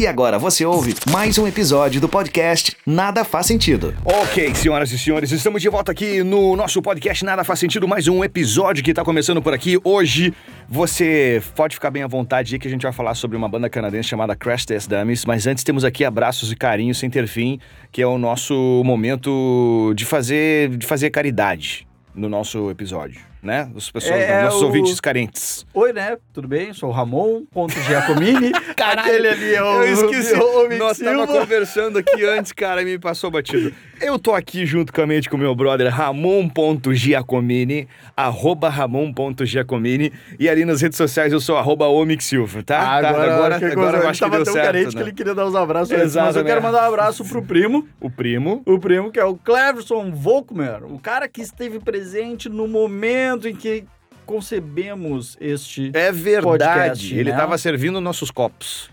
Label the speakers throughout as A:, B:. A: E agora você ouve mais um episódio do podcast Nada Faz Sentido.
B: Ok, senhoras e senhores, estamos de volta aqui no nosso podcast Nada Faz Sentido, mais um episódio que tá começando por aqui. Hoje você pode ficar bem à vontade aí que a gente vai falar sobre uma banda canadense chamada Crash Test Dummies, mas antes temos aqui abraços e carinhos sem ter fim, que é o nosso momento de fazer, de fazer caridade no nosso episódio, né? Os pessoas,
C: É,
B: nossos
C: o-
B: ouvintes carentes.
C: Oi, né? Tudo bem? Sou o Ramon, ponto Giacomini.
B: Caralho,
C: Aquele ali é o-
B: eu esqueci.
C: o Homem
B: Nós
C: Silva.
B: tava conversando aqui antes, cara, e me passou batido. Eu tô aqui juntamente com meu brother Ramon.Giacomini, arroba Ramon.Giacomini, e ali nas redes sociais eu sou arroba Omic Silva, tá? Tá,
C: Ah, Agora,
B: agora,
C: que
B: agora
C: coisa,
B: eu
C: ele
B: acho que
C: tava
B: deu
C: tão
B: certo,
C: carente
B: né?
C: que ele queria dar os abraços. antes,
B: Exato,
C: mas eu
B: né?
C: quero mandar um abraço pro primo.
B: O primo.
C: O primo, que é o Cleverson Volkmer, o cara que esteve presente no momento em que concebemos este.
B: É
C: Podcast,
B: ele
C: né?
B: tava servindo nossos copos.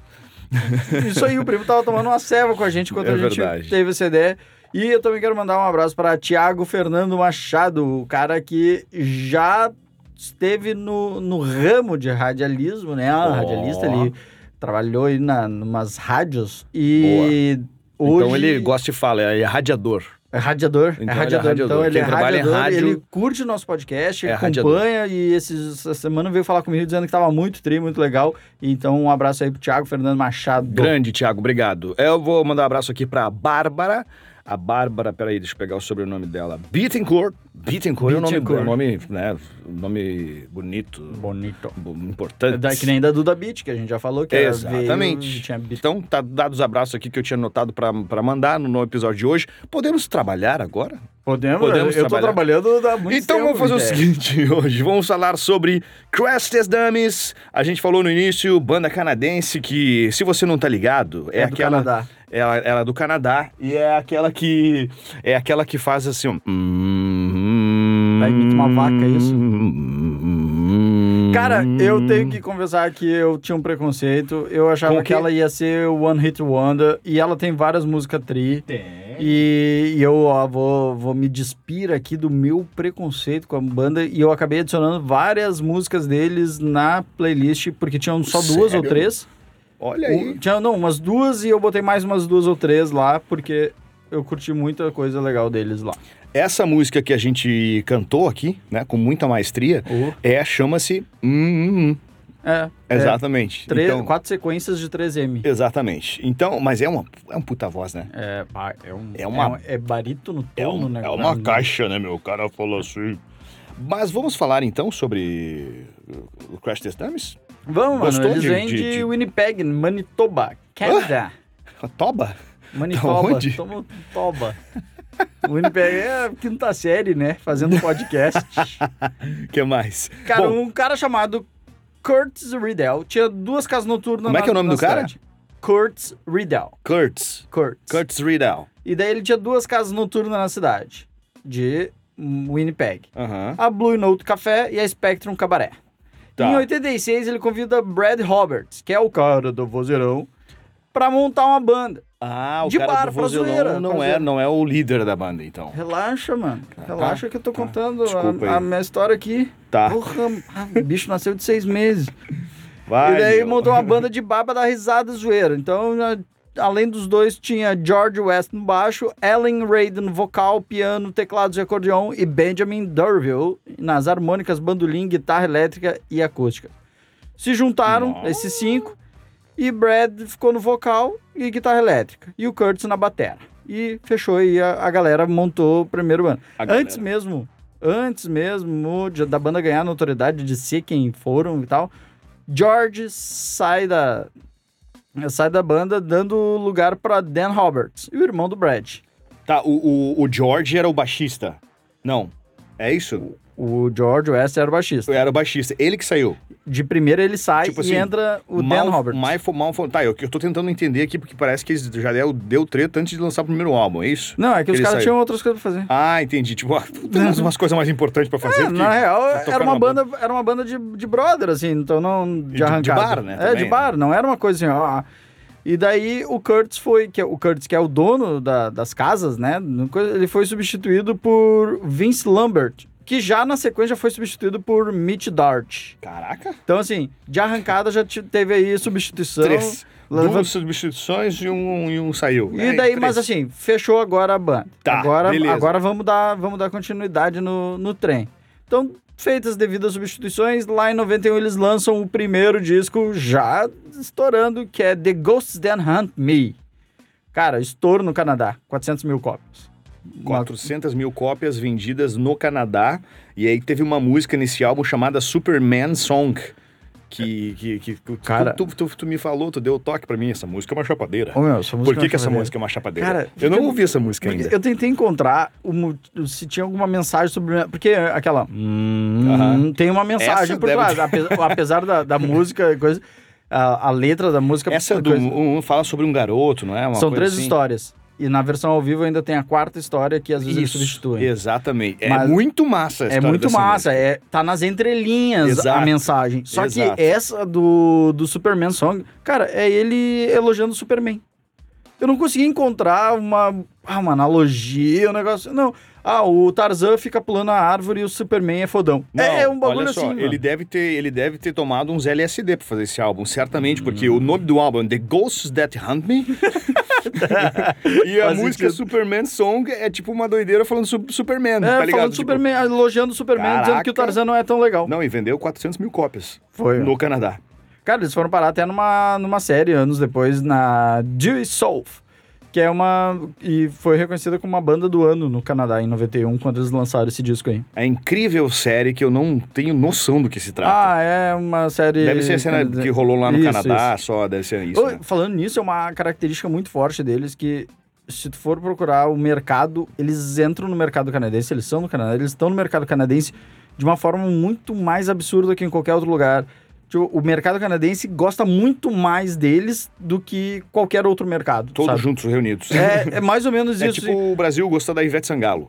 C: Isso aí, o primo tava tomando uma ceva com a gente quando
B: É
C: a gente
B: verdade.
C: teve essa ideia. E eu também quero mandar um abraço para Tiago Fernando Machado, o cara que já esteve no, no ramo de radialismo, né? Ah,
B: Ó.
C: Radialista, ele trabalhou aí na, numas rádios e. Hoje,
B: Então ele gosta e fala, é radiador.
C: É radiador.
B: Então ele
C: é
B: é
C: radiador.
B: radiador.
C: Então ele
B: Quem
C: é
B: trabalha em
C: radiador,
B: rádio-
C: ele curte o nosso podcast,
B: É
C: acompanha e esses- essa semana veio falar comigo dizendo que tava muito tri, muito legal. Então um abraço aí pro Thiago Fernando Machado.
B: Grande, Thiago, obrigado. Eu vou mandar um abraço aqui pra Bárbara. A Bárbara, peraí, deixa eu pegar o sobrenome dela. Bittencourt. Bittencourt é um nome,
C: Bittencourt.
B: é um nome, né, um nome bonito,
C: Bonito.
B: bo-
C: É
B: importante.
C: da, que nem da Duda Beat, que a gente já falou que era
B: Exatamente.
C: veio, tinha beat.
B: Então, tá dados os abraços aqui que eu tinha anotado pra pra mandar no, no episódio de hoje. Podemos trabalhar agora?
C: Podemos,
B: Podemos
C: eu tô
B: trabalhar.
C: trabalhando há muito
B: então
C: tempo. é,
B: vamos fazer o
C: Vitor.
B: seguinte hoje. Vamos falar sobre Crash Test Dummies. A gente falou no início, banda canadense que, se você não tá ligado, é,
C: É do
B: aquela.
C: Canadá.
B: Ela, ela é do Canadá e é aquela que. É aquela que faz assim. Um...
C: Aí imita uma vaca, é isso?
B: isso?
C: Cara, eu tenho que conversar que eu tinha um preconceito. Eu achava
B: Hum. Com o
C: que
B: quê?
C: ela ia ser One Hit Wonder. E ela tem várias músicas tri. E, e eu ó, vou, vou me despir aqui do meu preconceito com a banda. E eu acabei adicionando várias músicas deles na playlist, porque tinham só duas ou
B: Sério?
C: três.
B: Olha
C: Um,
B: aí.
C: tinha, não, umas duas e eu botei mais umas duas ou três lá, porque eu curti muita coisa legal deles lá.
B: Essa música que a gente cantou aqui, né? Com muita maestria, é chama-se. Hum, hum, hum.
C: É,
B: Exatamente.
C: três,
B: Então,
C: quatro sequências de 3M.
B: Exatamente. Então, mas é uma, é uma puta voz, né?
C: É, pá, é, um,
B: É uma-
C: um- É, barítono tono,
B: É, um-
C: né?
B: é uma
C: Na-
B: caixa, né, meu? O cara falou assim. Mas vamos falar então sobre o Crash Test Dummies?
C: Vamos, mano.
B: Gostou
C: Eles
B: de-
C: vêm de,
B: de- de-
C: Winnipeg, Manitoba, Canadá.
B: Toba?
C: Manitoba.
B: Da onde?
C: Tomo Toba. Winnipeg é quinta série, né? Fazendo podcast.
B: que mais?
C: Cara,
B: Bom,
C: um cara chamado Curtis Riddell. Tinha duas casas noturnas
B: Como é que é o nome do cara?
C: Curtis Riddell.
B: Kurtz.
C: Curtis.
B: Kurtz Riddell.
C: E daí ele tinha duas casas noturnas na cidade. De hum, Winnipeg.
B: Aham.
C: a Blue Note Café e a Spectrum Cabaré.
B: Tá.
C: Em 86, ele convida Brad Roberts, que é o cara do vozeirão, pra montar uma banda.
B: Ah, o
C: De
B: cara
C: bar,
B: do
C: pra
B: vozelão
C: zoeira,
B: não, é,
C: pra zoeira.
B: não é o líder da banda, então.
C: Relaxa, mano. Relaxa que eu tô contando a-
B: Tá. Desculpa aí.
C: a, minha história aqui.
B: Tá.
C: Porra, ah, o bicho nasceu de seis meses.
B: Vai,
C: e daí
B: meu.
C: montou uma banda de baba da risada e zoeira. Então, a- além dos dois, tinha George West no baixo, Ellen Raiden vocal, piano, teclados e acordeão e Benjamin Durville nas harmônicas, bandolim, guitarra elétrica e acústica. Se juntaram,
B: Nossa.
C: esses cinco, e Brad ficou no vocal e guitarra elétrica. E o Curtis na batera. E fechou aí, a, a galera montou o primeiro ano.
B: A galera.
C: Antes mesmo, antes mesmo de- da banda ganhar notoriedade, de ser quem foram e tal, George sai da, sai da banda dando lugar para Dan Roberts, o irmão do Brad.
B: Tá, o, o, o George era o baixista. Não. É isso?
C: O George West era o baixista.
B: Era o baixista. Ele que saiu.
C: De primeira ele sai
B: Tipo
C: e
B: assim,
C: entra o Dan Roberts.
B: Malfo, Malfo, tá, eu, eu tô tentando entender aqui, porque parece que eles já deu, deu treta antes de lançar o primeiro álbum, é isso?
C: Não, é que os
B: Ele
C: caras
B: saiu.
C: tinham outras coisas pra fazer.
B: Ah, entendi. Tipo, ah, temos umas coisas mais importantes pra fazer.
C: É,
B: porque
C: na real,
B: tá tocando
C: era uma
B: na
C: banda, era uma banda de, de brother, assim, então não de
B: de
C: arrancada.
B: bar, né,
C: É,
B: também,
C: de bar, não era uma coisa assim, ó. E daí o Kurtz foi, que é, o Kurtz que é o dono da- das casas, né, no coisa- ele foi substituído por Vince Lambert, que já na sequência foi substituído por Mitch Dart.
B: Caraca.
C: Então, assim, de arrancada já te- teve aí substituição.
B: Três.
C: Levant-
B: Duas substituições e um, e um saiu.
C: E
B: É,
C: daí,
B: três.
C: mas assim, fechou agora a banda.
B: Tá,
C: agora,
B: beleza.
C: agora vamos dar, vamos dar continuidade no, no trem. Então, feitas as devidas substituições, lá em 91 eles lançam o primeiro disco já estourando, que é The Ghosts That Hunt Me. Cara, estouro no Canadá, 400 mil cópias.
B: 400 mil cópias vendidas no Canadá. E aí teve uma música nesse álbum chamada Superman Song. Que, que, que, tu-
C: Cara.
B: tu, tu, tu me falou, tu deu o toque pra mim. Essa música é uma chapadeira.
C: Ô, meu, essa música
B: Por
C: é uma
B: que, que essa
C: chapadeira.
B: música é uma chapadeira?
C: Cara,
B: eu não
C: fica-
B: ouvi essa música ainda.
C: Eu tentei encontrar o mo- se tinha alguma mensagem sobre. Porque aquela. hum,
B: Aham.
C: Tem uma mensagem
B: Essa
C: por
B: deve
C: trás.
B: ter.
C: ape- Apesar da, da música e coisa. A, a letra da música.
B: Essa é do,
C: coisa-
B: um, um fala sobre um garoto, não é? Uma
C: São
B: coisa
C: três
B: assim.
C: histórias. E na versão ao vivo ainda tem a quarta história que às vezes eles
B: Isso,
C: substituem.
B: assim. Exatamente. É
C: Mas-
B: muito massa a
C: É
B: história
C: muito
B: dessa
C: massa, é, tá nas entrelinhas
B: Exato.
C: a mensagem. Só
B: Exato.
C: que essa do, do Superman Song, cara, é ele elogiando o Superman. Eu não consegui encontrar uma, ah, uma analogia, um negócio. Não. Ah, o Tarzan fica pulando a árvore e o Superman é fodão.
B: Não,
C: é um bagulho
B: olha só,
C: assim. mano.
B: Ele deve, ter, ele deve ter tomado uns LSD pra fazer esse álbum, certamente, porque o nome do álbum é The Ghosts That Hunt Me. e a
C: Faz
B: música
C: sentido.
B: Superman Song é tipo uma doideira falando sobre Superman,
C: É,
B: tá ligado?
C: falando do
B: Tipo,
C: Superman, elogiando o Superman, dizendo que
B: Caraca.
C: o Tarzan não é tão legal.
B: Não, e vendeu 400 mil cópias
C: Foi.
B: no Canadá.
C: Cara, eles foram parar até numa, numa série anos depois, na Dewey Soul, que é uma. e foi reconhecida como uma banda do ano no Canadá em 91, quando eles lançaram esse disco aí.
B: É incrível série que eu não tenho noção do que se trata.
C: Ah, é uma série.
B: deve ser a cena que rolou lá no
C: Isso,
B: Canadá, só deve ser isso.
C: Ô,
B: né?
C: Falando nisso, é uma característica muito forte deles que. Se tu for procurar o mercado, eles entram no mercado canadense, eles são no Canadá, eles estão no mercado canadense de uma forma muito mais absurda que em qualquer outro lugar. Tipo, o mercado canadense gosta muito mais deles do que qualquer outro mercado.
B: Todos
C: sabe?
B: juntos reunidos.
C: É, é mais ou menos
B: É
C: isso.
B: tipo o Brasil gostar da Ivete Sangalo.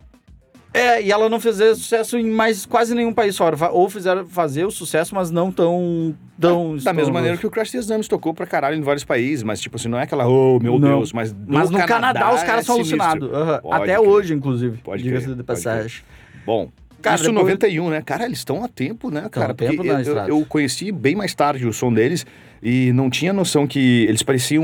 C: É, e ela não fez sucesso em mais quase nenhum país fora. Fa- Ou fizeram fazer o sucesso, mas não tão. tão
B: Da mesma
C: estrondoso.
B: maneira que o Crash Test Dummies tocou pra caralho em vários países, mas tipo assim, não é aquela, oh meu
C: Não.
B: Deus, mas no,
C: Mas no Canadá, os caras
B: é
C: são
B: sinistro.
C: alucinados. Aham.
B: Pode
C: Até
B: crer.
C: hoje, inclusive.
B: Pode
C: Diga-se
B: crer,
C: de
B: pode
C: passagem.
B: Bom,
C: Cara,
B: isso em
C: depois-
B: 91, né? Cara, eles estão a tempo, né, cara?
C: a Então, tempo
B: Porque
C: na
B: eu,
C: estrada.
B: eu conheci bem mais tarde o som deles e não tinha noção que eles pareciam,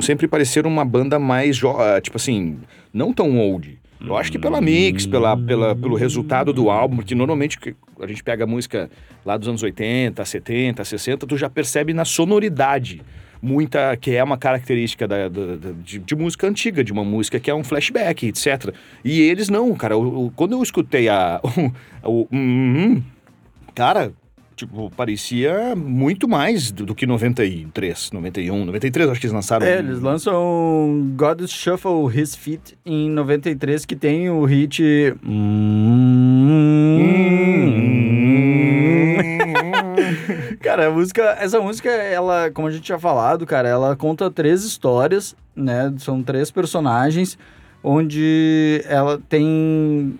B: sempre pareceram uma banda mais, jo- ah, tipo assim, não tão old. Eu acho que pela mix, pela, pela, pelo resultado do álbum, porque normalmente que a gente pega música lá dos anos 80, 70, 60, tu já percebe na sonoridade muita que é uma característica da, da- da- de, de música antiga, de uma música que é um flashback, etc. E eles não, cara. O- o- quando eu escutei a o, hum, hum, cara, tipo, parecia muito mais do, do que 93, 91, 93, acho que eles lançaram.
C: É, eles lançam God Shuffle His Feet em 93, que tem o hit.
B: Hum.
C: Cara, a música, essa música, ela, como a gente tinha falado, cara, ela conta três histórias, né? São três personagens, onde ela tem.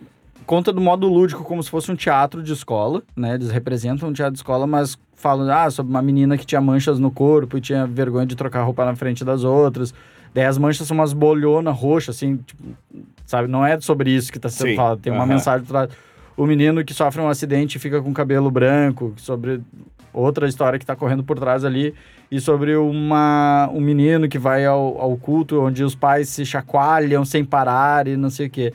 C: Conta do modo lúdico, como se fosse um teatro de escola, né? Eles representam um teatro de escola, mas falam ah, sobre uma menina que tinha manchas no corpo e tinha vergonha de trocar roupa na frente das outras. Daí as manchas são umas bolhonas roxas, assim, tipo, sabe? Não é sobre isso que tá sendo
B: Sim,
C: falado, tem uma
B: aham.
C: mensagem por trás. O menino que sofre um acidente e fica com cabelo branco, sobre outra história que tá correndo por trás ali, e sobre uma, um menino que vai ao, ao culto onde os pais se chacoalham sem parar e não sei o quê.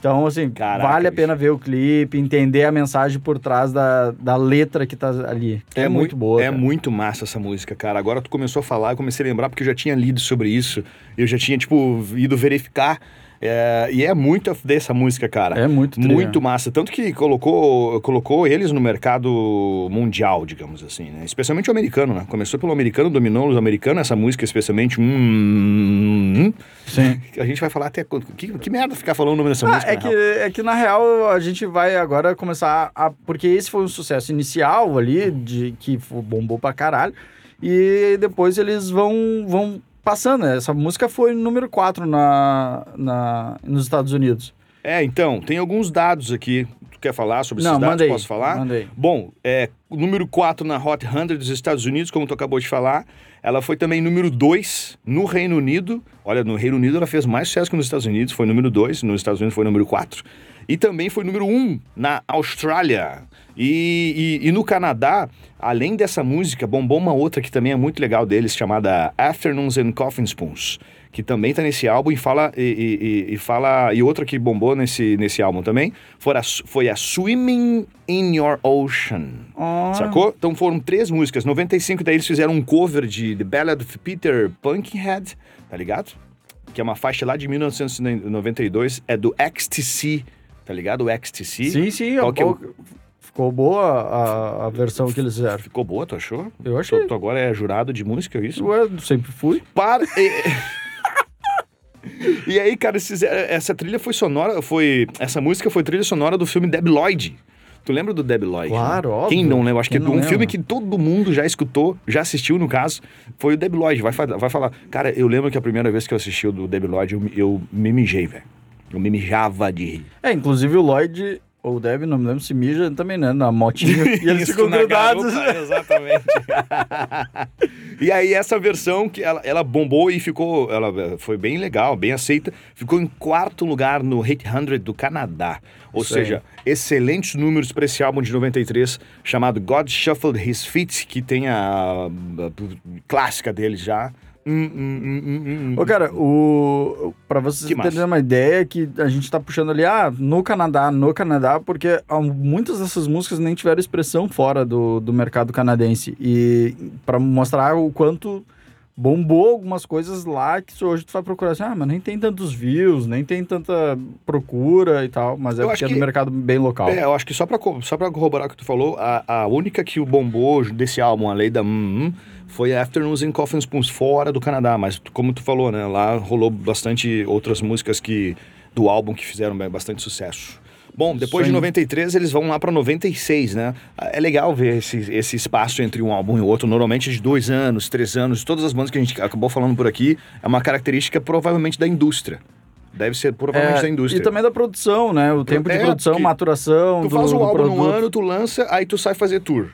C: Então, assim,
B: Caraca,
C: vale a
B: bicho.
C: pena ver o clipe, entender a mensagem por trás da, da letra que tá ali. É, muito boa.
B: É
C: cara.
B: muito massa essa música, cara. Agora tu começou a falar, eu comecei a lembrar porque eu já tinha lido sobre isso. Eu já tinha, tipo, ido verificar. é, e é muito dessa música, cara.
C: É muito trilha.
B: Muito massa. Tanto que colocou, colocou eles no mercado mundial, digamos assim, né? Especialmente o americano, né? Começou pelo americano, dominou os americanos, essa música especialmente. Hum, hum,
C: Sim.
B: hum. A gente vai falar até quando. Que, que merda ficar falando o nome dessa
C: Ah,
B: música.
C: é
B: né,
C: que,
B: Rafa?
C: é que na real a gente vai agora começar a. Porque esse foi um sucesso inicial ali, de, que fo- bombou pra caralho. E depois eles vão, vão passando. né? Essa música foi número 4 na, na, nos Estados Unidos.
B: É, então, tem alguns dados aqui. Tu quer falar sobre esses dados?
C: manda aí,
B: Posso falar?
C: manda aí.
B: Bom, é, número 4 na Hot 100 dos Estados Unidos, como tu acabou de falar. Ela foi também número 2 no Reino Unido. Olha, no Reino Unido ela fez mais sucesso que nos Estados Unidos, foi número 2, nos Estados Unidos foi número 4. E também foi número 1 um na Austrália. E, e- e no Canadá, além dessa música, bombou uma outra que também é muito legal deles, chamada Afternoons and Coffin Spoons, que também tá nesse álbum e fala. E, e- e- e fala e outra que bombou nesse, nesse álbum também foi a, foi a Swimming in Your Ocean.
C: Ah.
B: Sacou? Então foram três músicas. 95 daí eles fizeram um cover de The Ballad of Peter Pumpkinhead, tá ligado? Que é uma faixa lá de 1992, é do XTC, tá ligado? O XTC.
C: Ah, Sim, sim,
B: Qual
C: a
B: que é o-
C: boa- ficou boa a, a versão que eles fizeram.
B: Ficou boa, tu achou?
C: Eu achei.
B: Tu, tu agora é jurado de música, é isso?
C: Ué, sempre fui.
B: Para. e- E aí, cara, esses- é, essa trilha foi sonora, foi. Essa música foi trilha sonora do filme Deb Lloyd. Tu lembra do Deb Lloyd?
C: Claro,
B: né?
C: óbvio.
B: Quem não lembra? Acho
C: Quem
B: que é
C: não
B: um
C: lembra?
B: filme que todo mundo já escutou, já assistiu, no caso, foi o Deb Lloyd. Vai, fa- vai falar. Cara, eu lembro que a primeira vez que eu assisti o do Deb Lloyd, eu, me- eu me mijei, velho. Eu me mijava de rir.
C: É, inclusive o Lloyd, ou o Deb, não me lembro se mija também, né? Na motinha. E eles
B: Isso,
C: ficam
B: na
C: grudados.
B: garupa, exatamente. e aí essa versão que ela, ela bombou e ficou, ela eh, foi bem legal, bem aceita, ficou em quarto lugar no Hit 100 do Canadá. Ou
C: Isso aí.
B: seja, excelentes números para esse álbum de 93 chamado God Shuffled His Feet, que tem a, a- a clássica dele já. Hum, hum, hum, hum, hum, hum.
C: Ô, cara, o... pra vocês
B: Que massa.
C: terem uma ideia, que a gente tá puxando ali, ah, no Canadá, no Canadá, porque há um, muitas dessas músicas nem tiveram expressão fora do, do mercado canadense. E pra mostrar o quanto bombou algumas coisas lá que se hoje tu vai procurar assim, ah, mas nem tem tantos views, nem tem tanta procura e tal, mas é
B: Eu
C: porque
B: acho
C: é do
B: que-
C: mercado bem local.
B: É, eu acho que só pra, co- só pra corroborar o que tu falou, a, a única que o bombou desse álbum, a lei da hum, hum, foi Afternoons in Coffin Spoons, fora do Canadá. Mas tu- como tu falou, né? Lá rolou bastante outras músicas que do álbum que fizeram ba- bastante sucesso. Bom, depois
C: aí.
B: de 93, eles vão lá pra 96, né? Ah, É legal ver esse, esse espaço entre um álbum e outro. Normalmente é de dois anos, três anos. Todas as bandas que a gente acabou falando por aqui é uma característica provavelmente da indústria. Deve ser provavelmente
C: É,
B: da indústria.
C: E também da produção, né? O tempo de
B: É,
C: produção,
B: que
C: maturação.
B: Tu
C: do,
B: faz um
C: do
B: álbum num
C: produto.
B: ano, tu lança, aí tu sai fazer tour.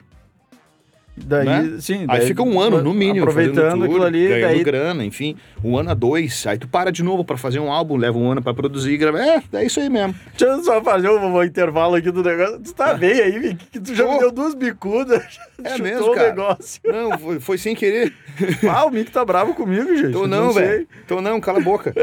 C: Daí,
B: né?
C: sim,
B: Aí
C: daí-
B: fica um ano, no mínimo, fazendo
C: Aproveitando
B: tour,
C: aquilo ali,
B: ganhando
C: daí
B: grana, enfim. Um ano a dois, aí tu para de novo pra fazer um álbum, leva um ano pra produzir e grava. É, é isso aí mesmo.
C: Deixa eu só fazer um, um intervalo aqui do negócio. Tu tá bem aí, Vic? Que Tu já me
B: Tô.
C: deu duas bicudas. já
B: É
C: chutou
B: mesmo,
C: o
B: cara?
C: negócio.
B: Não, foi, foi sem querer.
C: Ah, o Mick tá bravo comigo, gente.
B: Então
C: Eu
B: não,
C: sei.
B: velho. Então não, cala a boca.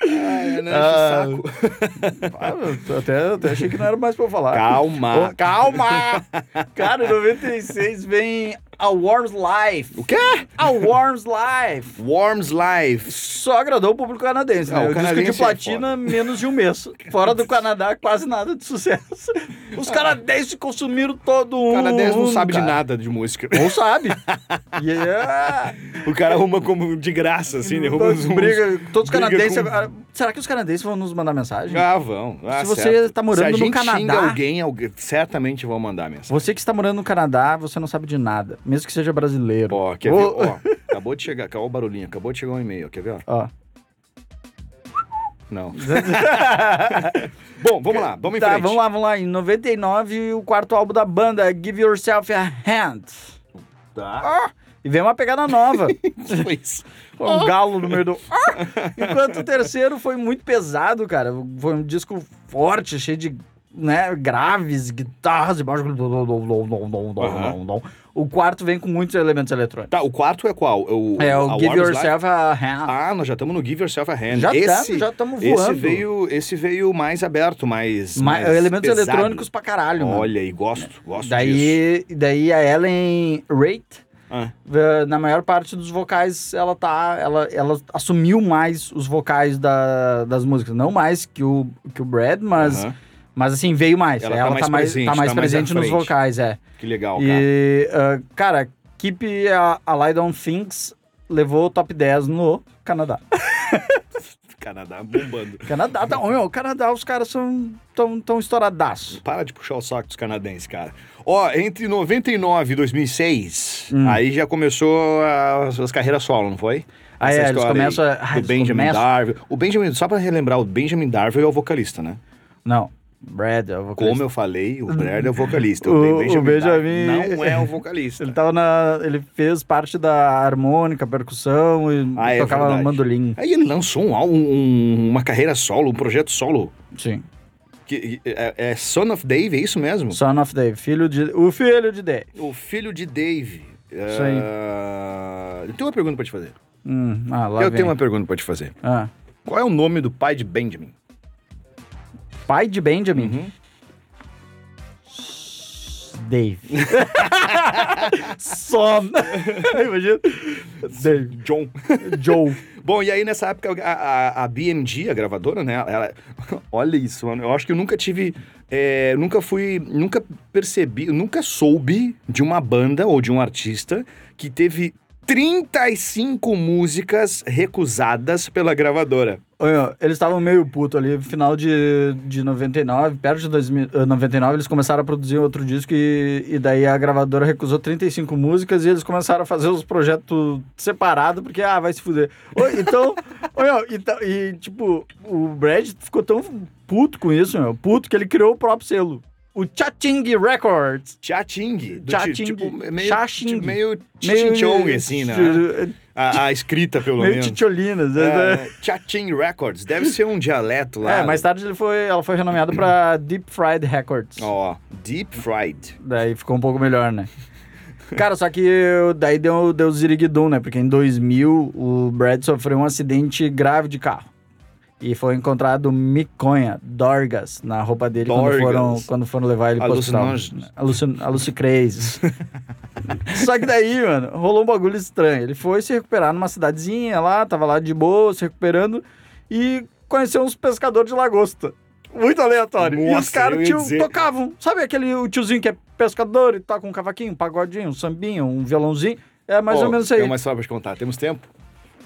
B: Ai, não, enche o
C: Ah.
B: saco.
C: Ah, eu até, até achei que não era mais pra eu falar.
B: Calma.
C: Ô, calma! Cara, em 96 vem A Warm's Life.
B: O quê?
C: A Warm's Life.
B: Worms Live.
C: Só agradou o público canadense, né?
B: Ah, o
C: o disco
B: canadense é
C: de platina, menos de um mês. Fora do Canadá, quase nada de sucesso. Os canadenses consumiram todo um.
B: Ah. O canadense não
C: mundo,
B: sabe de
C: cara.
B: nada de música.
C: Ou sabe. E é-
B: O cara arruma como de graça, assim, derruba uns... uns-
C: tá briga. Todos os
B: briga
C: canadenses.
B: com-
C: agora- Será que os canadenses vão nos mandar mensagem?
B: Ah, vão. Ah,
C: Se você
B: certo.
C: tá morando
B: Se a
C: no
B: gente xinga
C: Canadá-
B: alguém, alguém, certamente vão mandar mensagem.
C: Você que está morando no Canadá, você não sabe de nada. Mesmo que seja brasileiro.
B: Ó, quer
C: Ô,
B: ver? Ó, acabou de chegar, acabou o barulhinho, acabou de chegar um e-mail, quer ver? ó?
C: ó.
B: Não. Bom, vamos lá, vamos em
C: Tá,
B: frente.
C: vamos lá, vamos lá. Em 99, o quarto álbum da banda, Give Yourself a Hand.
B: Tá.
C: Ah! E vem uma pegada nova.
B: Pois.
C: Com um galo no meio do. Ah! Enquanto o terceiro foi muito pesado, cara. Foi um disco forte, cheio de né, graves, guitarras e baixo.
B: Aham.
C: O quarto vem com muitos elementos eletrônicos.
B: Tá, o quarto é qual? O,
C: É
B: a
C: o Give
B: Warner's Life?
C: Yourself a Hand.
B: Ah, nós já estamos no Give Yourself a Hand.
C: Já
B: esse,
C: estamos já estamos
B: esse
C: voando.
B: veio, esse veio mais aberto, mais.
C: Ma-
B: mais
C: elementos
B: pesado.
C: eletrônicos pra caralho, mano.
B: Olha, e gosto, gosto disso.
C: daí, daí a Ellen Rate,
B: Ah,
C: eh, na maior parte dos vocais, ela tá. Ela, ela assumiu mais os vocais da- das músicas. Não mais que o, que o Brad, mas.
B: aham.
C: Mas assim, veio mais.
B: Ela
C: Ela,
B: tá mais
C: tá, mais,
B: presente,
C: tá mais
B: tá mais à
C: presente nos
B: frente.
C: vocais, é.
B: Que legal, cara.
C: E, ah, cara, Keep a, a Lie Down Things levou o top 10 no Canadá.
B: Canadá bombando.
C: Canadá tá. Olha, o Canadá, os caras são tão, tão estouradaço.
B: Para de puxar o saco dos canadenses, cara. Ó, entre 99 e 2006,
C: Hum.
B: aí já começou as, as carreiras solo, não foi?
C: Ah,
B: Essa
C: é, eles
B: história
C: começam a- ah,
B: do
C: eles
B: Benjamin
C: começam-
B: Darwell. O Benjamin, só pra relembrar, o Benjamin Darwell é o vocalista, né?
C: Não. Brad, eu vou
B: Como eu falei, o Brad é o vocalista.
C: O-
B: O,
C: o
B: Benjamin,
C: Benjamin-
B: Bach não é o vocalista.
C: Ele tá- tava na. Ele fez parte da harmônica, percussão e
B: Ah, é
C: tocava
B: verdade.
C: mandolim.
B: Aí ele lançou um álbum, um- uma carreira solo, um projeto solo.
C: Sim.
B: Que, é, é Son of Dave, é isso mesmo?
C: Son of Dave, filho de. O filho de Dave.
B: O filho de Dave.
C: Isso aí.
B: Ah, Eu tenho uma pergunta pra te fazer.
C: Hum, ah, lá
B: eu
C: vem.
B: tenho uma pergunta pra te fazer.
C: Ah,
B: Qual é o nome do pai de Benjamin?
C: pai de Benjamin.
B: Uhum.
C: Dave. Son. Imagina. Dave.
B: John.
C: Joe.
B: Bom, e aí nessa época a, a- a BMG, a gravadora, né? ela- olha isso, mano. Eu acho que eu nunca tive. é, nunca fui. Nunca percebi, nunca soube de uma banda ou de um artista que teve 35 músicas recusadas pela gravadora.
C: Olha, Eles estavam meio puto ali, final de, de 99, perto de 2000, eh, 99, eles começaram a produzir outro disco e, e daí a gravadora recusou 35 músicas e eles começaram a fazer os projetos separados, porque, ah, vai se fuder. Ô, Então, ô, meu, então- e tipo, o Brad ficou tão puto com isso, meu, puto, que ele criou o próprio selo, o Chating Records.
B: Chating. do
C: Cha-ching.
B: ti- Tipo, meio.
C: Cha-ching.
B: Tipo, meio. Chinchong, assim, né? A, a escrita, pelo
C: Meio
B: menos.
C: titiolinas, né?
B: É, Chating Records. Deve ser um dialeto lá.
C: É, mais tarde ele foi, ela foi renomeada pra Deep Fried Records.
B: Ó, Deep Fried.
C: Daí ficou um pouco melhor, né? Cara, só que eu- daí deu, deu ziriguidum, né? Porque em 2000 o Brad sofreu um acidente grave de carro. E foi encontrado miconha, dorgas, na roupa dele quando
B: Dorgas.
C: foram, quando foram levar ele pro hospital.
B: Alucinógenos.
C: Alucin, alucicrazes. só que daí, mano, rolou um bagulho estranho. Ele foi se recuperar numa cidadezinha lá, tava lá de boa, se recuperando, e conheceu uns pescadores de lagosta. Muito aleatório. e os
B: Nossa, eu
C: caras
B: ia
C: tinham-
B: dizer.
C: tocavam. Sabe aquele o tiozinho que é pescador e toca um cavaquinho, um pagodinho, um sambinho, um violãozinho? É mais
B: Ó,
C: ou menos isso aí.
B: Tem uma história pra te contar. Temos tempo?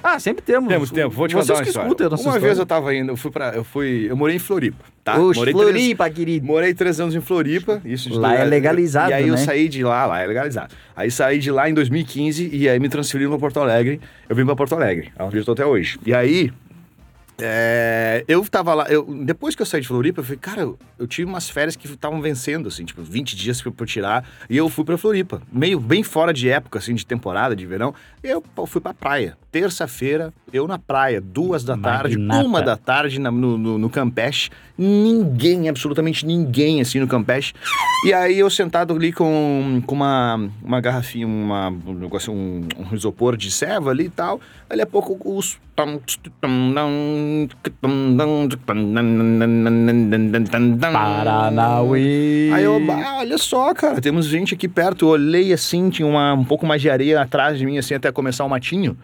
C: Ah, sempre temos.
B: Temos tempo. Vou te
C: Vocês
B: contar uma
C: que
B: história.
C: escutam a
B: uma
C: nossa
B: vez eu
C: história.
B: tava indo, eu fui pra. Eu fui. Eu morei em Floripa, tá?
C: Oxe,
B: morei
C: Floripa,
B: Três,
C: querido.
B: morei três anos em Floripa. Isso de-
C: Lá é legalizado,
B: E aí eu
C: né?
B: saí de lá, lá é legalizado. Aí saí de lá em 2015 e aí me transferiram pra Porto Alegre. Eu vim pra Porto Alegre, onde eu tô até hoje. E aí. é, eu tava lá, eu, depois que eu saí de Floripa, eu falei, cara, eu, eu tive umas férias que estavam vencendo, assim, tipo, 20 dias pra eu tirar, e eu fui pra Floripa, meio bem fora de época, assim, de temporada, de verão, eu pô, fui pra praia. Terça-feira, eu na praia, duas da tarde,
C: Magnata.
B: uma da tarde na- no, no, no Campeche, ninguém, absolutamente ninguém, assim, no Campeche, e aí eu sentado ali com, com uma, uma garrafinha, uma, um negócio, um, um isopor de ceva ali e tal. Dali a pouco os.
C: Paranauê.
B: Aí eu, "Ah, olha só, cara, temos gente aqui perto. Eu olhei assim, tinha uma, um pouco mais de areia atrás de mim, assim, até começar o matinho.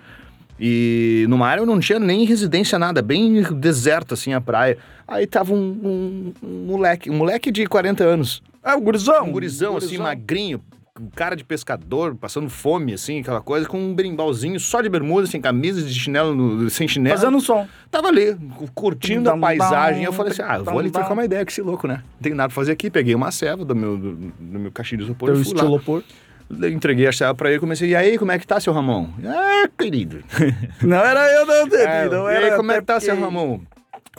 B: E numa área eu não tinha nem residência, nada, bem deserto, assim, a praia. Aí tava um, um- um moleque, um moleque de 40 anos.
C: É, o gurizão.
B: Um gurizão, assim, magrinho, com cara de pescador, passando fome, assim, aquela coisa, com um brimbalzinho só de bermuda, sem camisa, de chinelo, no- sem chinelo.
C: Fazendo um som.
B: Tava ali, cu- curtindo a
C: Dum,
B: paisagem. Eu
C: dum,
B: falei assim, ah, eu vou ali
C: dum, dum.
B: trocar uma ideia com esse louco, né? Não tem nada pra fazer aqui. Peguei uma ceva do meu, do, do meu caixinho de isopor
C: Teu
B: e fui lá.
C: estilopor.
B: Entreguei a ceva pra ele e comecei, e aí, como é que tá, seu Ramon? Ah, querido.
C: Não era eu, não, Dani.
B: É,
C: não
B: e
C: era
B: aí, como é que tá,
C: até
B: seu
C: porque-
B: Ramon?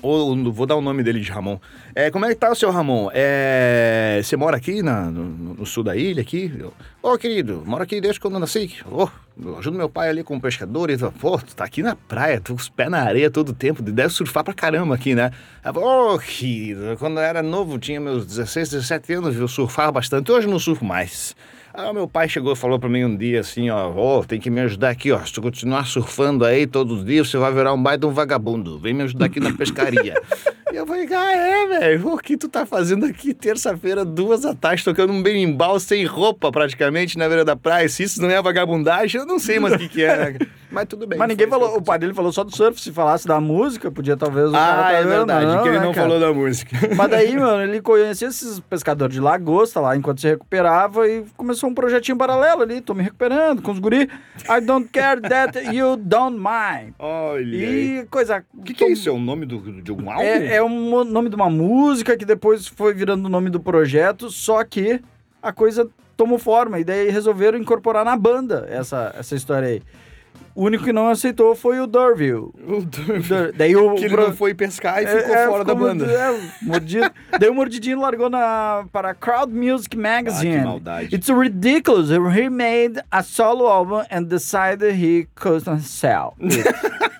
B: Ou, não vou dar o nome dele de Ramon. É, como é que tá o seu Ramon? É, você mora aqui na- no, no sul da ilha, aqui? Eu, Ô, querido, moro aqui desde quando eu nasci. Ô, eu ajudo meu pai ali como pescador. E fala, pô, tu tá aqui na praia, tô com os pés na areia todo o tempo. Deve surfar pra caramba aqui, né? Ela fala, Ô, querido, quando eu era novo, tinha meus 16, 17 anos, eu surfava bastante. Hoje eu não surfo mais. Aí Ah, meu pai chegou e falou pra mim um dia assim, ó, ô, tem que me ajudar aqui, ó. Se tu continuar surfando aí todos os dias, você vai virar um baita de um vagabundo. Vem me ajudar aqui na pescaria. e eu falei, ah, é, velho? O que tu tá fazendo aqui terça-feira, duas da tarde, tocando um berimbau sem roupa praticamente na beira da praia? Se isso não é vagabundagem, eu não sei mais o que que é. né? Mas tudo bem.
C: Mas ninguém
B: foi isso
C: falou, o pai dele falou só do surf. Se falasse da música, podia talvez o
B: que eu- Ah,
C: cara tá
B: é
C: vendo,
B: verdade, que ele
C: né,
B: não
C: cara?
B: falou da música.
C: Mas daí, mano, ele conhecia esses pescadores de lagosta lá enquanto se recuperava e começou um projetinho paralelo ali. Tô me recuperando com os guri. I don't care that you don't mind.
B: Olha aí.
C: E coisa.
B: O que, que é isso? É o nome do, de um álbum?
C: É, é um mo- nome de uma música que depois foi virando o nome do projeto, só que a coisa tomou forma e daí resolveram incorporar na banda essa, essa história aí. O único que não aceitou foi o Durville.
B: O Durville.
C: Dur- Daí o
B: Que ele
C: pro-
B: não foi pescar e
C: É,
B: ficou
C: é,
B: fora da
C: ficou
B: banda.
C: mordido, é, mordido. Daí o Mordidinho largou na, para Crowd Music Magazine.
B: Ah, que maldade.
C: It's ridiculous. He made a solo album and decided he couldn't sell.
B: é,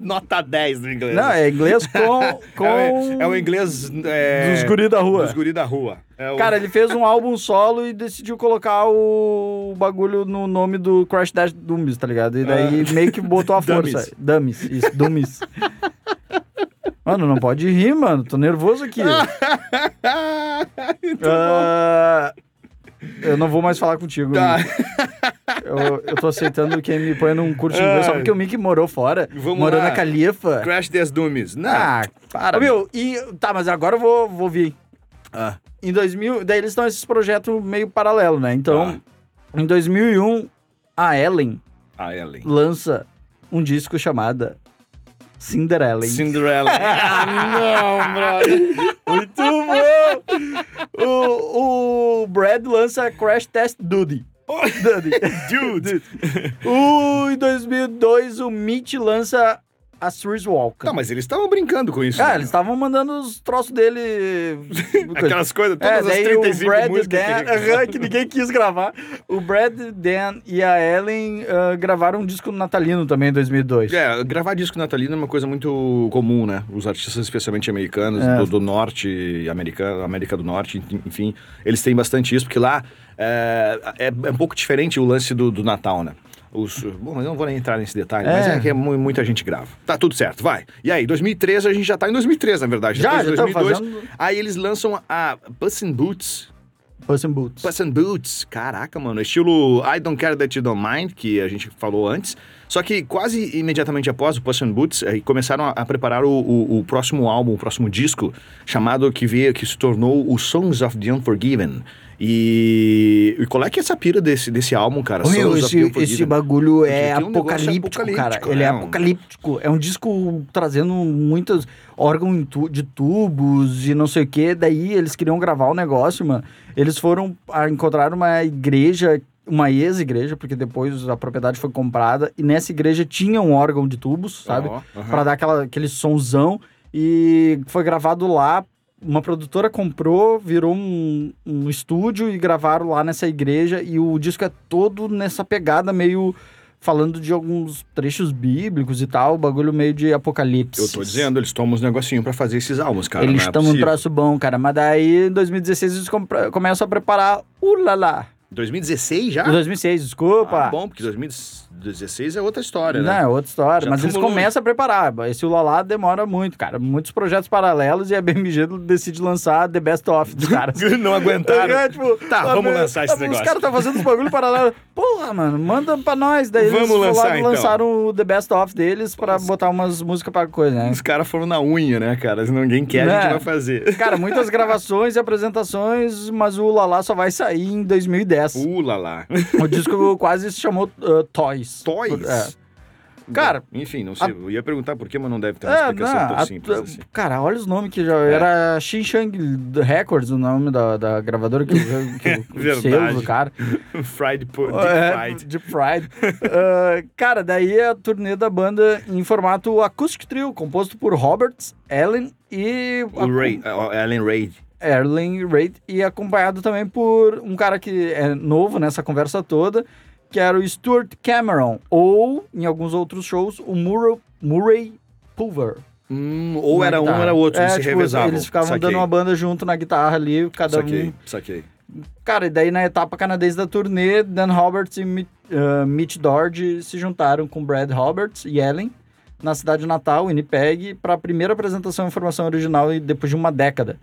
B: Nota 10 no inglês.
C: Não, é inglês com... com...
B: É o- é o inglês. é,
C: Dos guri da rua.
B: Dos guri da rua. É o-
C: Cara, ele fez um álbum solo e decidiu colocar o bagulho no nome do Crash Dash Dummies, tá ligado? E daí meio que botou
B: Ah.
C: a
B: Dummies.
C: força. Dummies, isso, Dummies. mano, não pode rir, mano. Tô nervoso aqui. Ah, hum, eu não vou mais falar contigo.
B: Tá.
C: Mickey. Eu, eu tô aceitando quem me põe num curso de inglês só
B: Ai.
C: porque o Mickey morou fora.
B: Vamos
C: morou
B: lá.
C: na Califa.
B: Crash Des Dummies. Não.
C: Ah,
B: para.
C: Ô, meu, e. Tá, mas agora eu vou, vou vir.
B: Ah.
C: Em 2000. Daí eles estão esses projetos meio paralelo, né? Então, em 2001, a Ellen
B: A Ellen.
C: lança um disco chamado Cinderella.
B: Cinderella. ah, não, brother.
C: Muito bom! O, o Brad lança Crash Test Dude. Dude.
B: Dude.
C: O, Uh, em 2002, o Mitch lança a Series Walker.
B: Não, mas eles estavam brincando com isso.
C: Cara,
B: né?
C: Ah, eles estavam mandando os troços dele.
B: Aquelas coisas,
C: É,
B: todas as
C: daí o
B: 35
C: Brad
B: músicas.
C: Dan,
B: que ele-
C: aham, que ninguém quis gravar. O Brad Dan e a Ellen ah, gravaram um disco natalino também em 2002.
B: É, gravar disco natalino é uma coisa muito comum, né? Os artistas, especialmente americanos,
C: É.
B: do, do norte, americano, América do Norte, enfim, eles têm bastante isso, porque lá é, é, é um pouco diferente o lance do, do Natal, né? Os, bom, mas eu não vou nem entrar nesse detalhe, mas
C: É.
B: é que é mu- muita gente grava. Tá tudo certo, vai. E aí, 2013, a gente já tá em 2013, na verdade.
C: Já,
B: Depois de
C: já tava
B: 2002,
C: fazendo.
B: Aí eles lançam a Puss in Boots.
C: Puss in Boots.
B: Puss in Boots, caraca, mano. Estilo I Don't Care That You Don't Mind, que a gente falou antes. Só que quase imediatamente após o Puss in Boots, aí começaram a, a preparar o, o- o próximo álbum, o próximo disco, chamado que veio, que se tornou o Songs of the Unforgiven. E, e qual é que é essa pira desse, desse álbum, cara?
C: Ô, meu,
B: Songs of the
C: esse,
B: Unforgiven.
C: esse bagulho
B: Porque
C: é
B: tem um negócio
C: apocalíptico, cara.
B: apocalíptico,
C: Ele é
B: né? Um-
C: apocalíptico. É um disco trazendo muitos órgãos em tu- de tubos e não sei o quê. Daí eles queriam gravar o negócio, mano. Eles foram a encontrar uma igreja, uma ex-igreja, porque depois a propriedade foi comprada. E nessa igreja tinha um órgão de tubos, sabe?
B: Ó, aham.
C: Pra dar aquela, aquele sonzão. E foi gravado lá. Uma produtora comprou, virou um, um estúdio e gravaram lá nessa igreja. E o disco é todo nessa pegada meio. Falando de alguns trechos bíblicos e tal, bagulho meio de apocalipse.
B: Eu tô dizendo, eles tomam uns negocinhos pra fazer esses álbuns, cara.
C: Eles
B: não é
C: tomam um
B: possível.
C: troço bom, cara. Mas daí, em 2016, eles compra- começam a preparar. Ulala!
B: 2016 já?
C: Em 2006, desculpa.
B: É? Ah, bom, porque 2016 é outra história,
C: Não,
B: né?
C: é outra história.
B: Já
C: mas
B: tamo
C: eles
B: longe.
C: começam a preparar. Esse Ulalá demora muito, cara. Muitos projetos paralelos e a BMG decide lançar The Best Of dos caras.
B: Não aguentaram.
C: É, tipo,
B: Tá,
C: a
B: vamos
C: B-
B: lançar esse
C: a- Os
B: negócio.
C: caras estão fazendo os bagulho paralelo. Porra, mano, manda pra nós. Daí
B: Vamos
C: eles foram
B: lançar,
C: lá e
B: então.
C: lançaram o The Best Of deles pra botar umas músicas pra coisa, né?
B: Os caras foram na unha, né, cara? Se ninguém quer, a gente
C: É.
B: vai fazer.
C: Cara, muitas gravações e apresentações, mas o Ulalá só vai sair em 2010.
B: Pula lá.
C: O disco quase se chamou uh, Toys.
B: Toys?
C: É. Cara,
B: Enfim, não sei. Eu ia perguntar por que, mas não deve ter uma
C: É,
B: explicação
C: não,
B: tão
C: a-
B: simples
C: a-
B: assim. É.
C: Cara, olha os nomes que já. Era Xinjiang Records, o nome da, da gravadora que, o- que, o- que o
B: É Verdade.
C: selo do cara.
B: assim. Fried Pud.
C: É,
B: Fried.
C: Deep Fried. Ah, cara, daí a turnê da banda em formato acoustic trio, composto por Roberts, Ellen e.
B: O Ray, o Alan Ray.
C: Erlen Reid e acompanhado também por um cara que é novo nessa conversa toda, que era o Stuart Cameron, ou, em alguns outros shows, o Murray, Murray Pulver.
B: ou
C: Na
B: era um,
C: guitarra.
B: era outro, eles
C: Hum, É,
B: se
C: tipo,
B: revezavam.
C: Eles ficavam
B: Saquei,
C: dando uma banda junto na guitarra ali, cada
B: Saquei,
C: um.
B: saquei.
C: Cara, e daí na etapa canadense da turnê, Dan Roberts e Mi- ah, Mitch Dorge se juntaram com Brad Roberts e Ellen na cidade natal, Winnipeg, para a primeira apresentação em formação original e depois de uma década.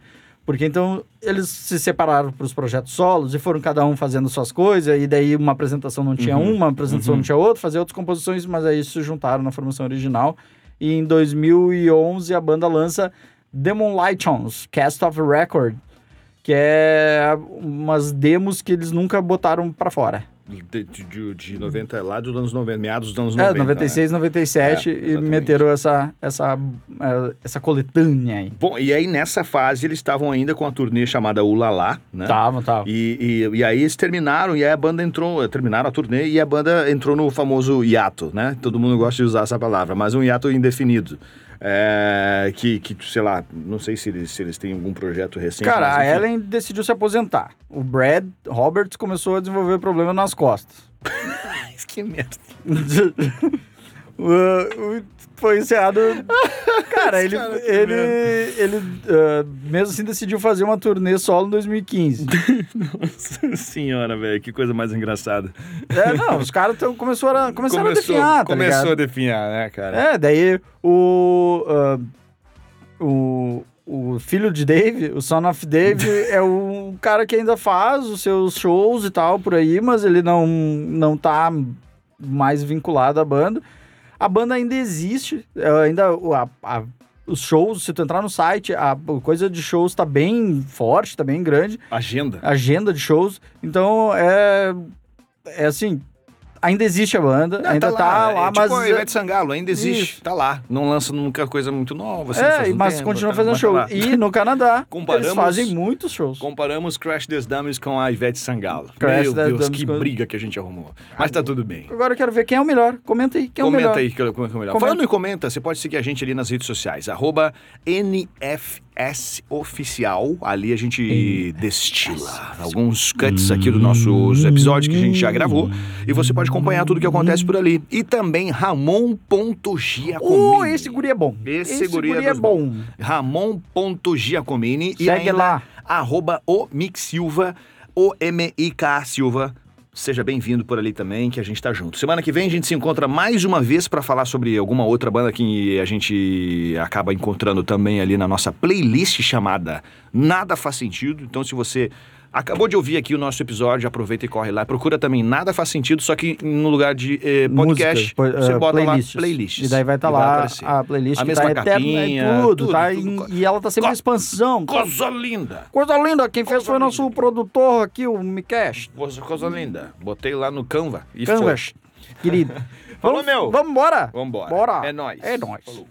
C: Porque então eles se separaram para os projetos solos e foram cada um fazendo suas coisas, e daí uma apresentação não tinha
B: Uhum.
C: uma, uma apresentação não tinha outra, fazer outras composições, mas aí se juntaram na formação original. E em 2011 a banda lança Demon Lightions, Cast of Record, que é umas demos que eles nunca botaram pra fora.
B: de, de, de 90, lá dos anos 90, meados dos anos
C: É,
B: 90. né?
C: 96, 97
B: É,
C: e
B: exatamente.
C: meteram essa, essa, eh, essa coletânea aí.
B: Bom, e aí nessa fase eles estavam ainda com a turnê chamada Ulalá, né?
C: Tava, tava.
B: E, e, e aí eles terminaram, e aí a banda entrou, terminaram a turnê e a banda entrou no famoso hiato, né? Todo mundo gosta de usar essa palavra, mas um hiato indefinido. É, que, que, sei lá, não sei se eles, se eles têm algum projeto recente.
C: Cara,
B: mas,
C: a
B: enfim.
C: Ellen decidiu se aposentar. O Brad Roberts começou a desenvolver problema nas costas.
B: Que merda.
C: Uh, uh, Foi encerrado. Cara, ele,
B: cara, tá que
C: ele,
B: merda.
C: ele uh, mesmo assim decidiu fazer uma turnê solo em 2015.
B: Nossa senhora, velho, que coisa mais engraçada.
C: é, não, os caras tão- começaram, a- começaram a definhar, tá
B: começou
C: ligado?
B: a definhar, né, cara?
C: É, daí o, ah, o, o filho de Dave, o son of Dave, é um cara que ainda faz os seus shows e tal por aí, mas ele não, não tá mais vinculado à banda. A banda ainda existe, eh, ainda o- a- a- os shows, se tu entrar no site, a coisa de shows tá bem forte, tá bem grande
B: Agenda.
C: agenda de shows. Então é. É assim. Ainda existe a banda,
B: Não,
C: ainda tá lá,
B: é tipo
C: mas.
B: a Ivete Sangalo, ainda existe,
C: Isso.
B: tá lá. Não lança nunca coisa muito nova, assim, faz
C: é,
B: um
C: mas
B: tempo,
C: continua
B: tá,
C: fazendo
B: mas tá
C: show.
B: lá.
C: E no Canadá,
B: Comparamos-
C: eles fazem muitos shows.
B: Comparamos Crash the Dummies com a Ivete Sangalo.
C: Crash
B: Meu
C: the
B: Deus,
C: Dummies
B: que
C: com-
B: briga que a gente arrumou. Mas tá tudo bem.
C: Agora eu quero ver quem é o melhor. Comenta aí, quem é o
B: comenta
C: melhor.
B: aí que eu- como é que é o melhor.
C: Comenta.
B: Falando em comenta, você pode seguir a gente ali nas redes sociais, arroba NFS Oficial. Ali a gente destila alguns cuts aqui dos nossos episódios que a gente já gravou. E você pode acompanhar tudo que acontece por ali. E também Ramon.giacomini.
C: Uh, esse guri é bom.
B: Esse
C: guri,
B: guri é
C: é
B: dos
C: bom.
B: Ramon.giacomini. e
C: Segue
B: ainda
C: lá.
B: Arroba o Mick Silva, o M-I-K Silva. Seja bem-vindo por ali também, que a gente tá junto. Semana que vem a gente se encontra mais uma vez para falar sobre alguma outra banda que a gente acaba encontrando também ali na nossa playlist chamada Nada Faz Sentido. Então, se você acabou de ouvir aqui o nosso episódio, aproveita e corre lá. Procura também Nada Faz Sentido, só que no lugar de eh, podcast,
C: Música, po-
B: você
C: eh,
B: bota
C: playlists.
B: lá playlists.
C: E daí vai estar lá
B: aparecer.
C: a playlist
B: A
C: que
B: mesma
C: tá eterna, é
B: capinha,
C: tudo,
B: tudo,
C: tá?
B: tudo.
C: E, e ela tá sempre em
B: Co-
C: expansão.
B: Coisa linda!
C: Coisa linda, quem fez foi nosso produtor aqui, o Mikesh.
B: Coisa, coisa linda. Botei lá no Canva e foi.
C: é Canvas, querido.
B: Falou, meu.
C: Vamos embora.
B: Vambora.
C: Bora.
B: É nóis.
C: É nóis.
B: Falou.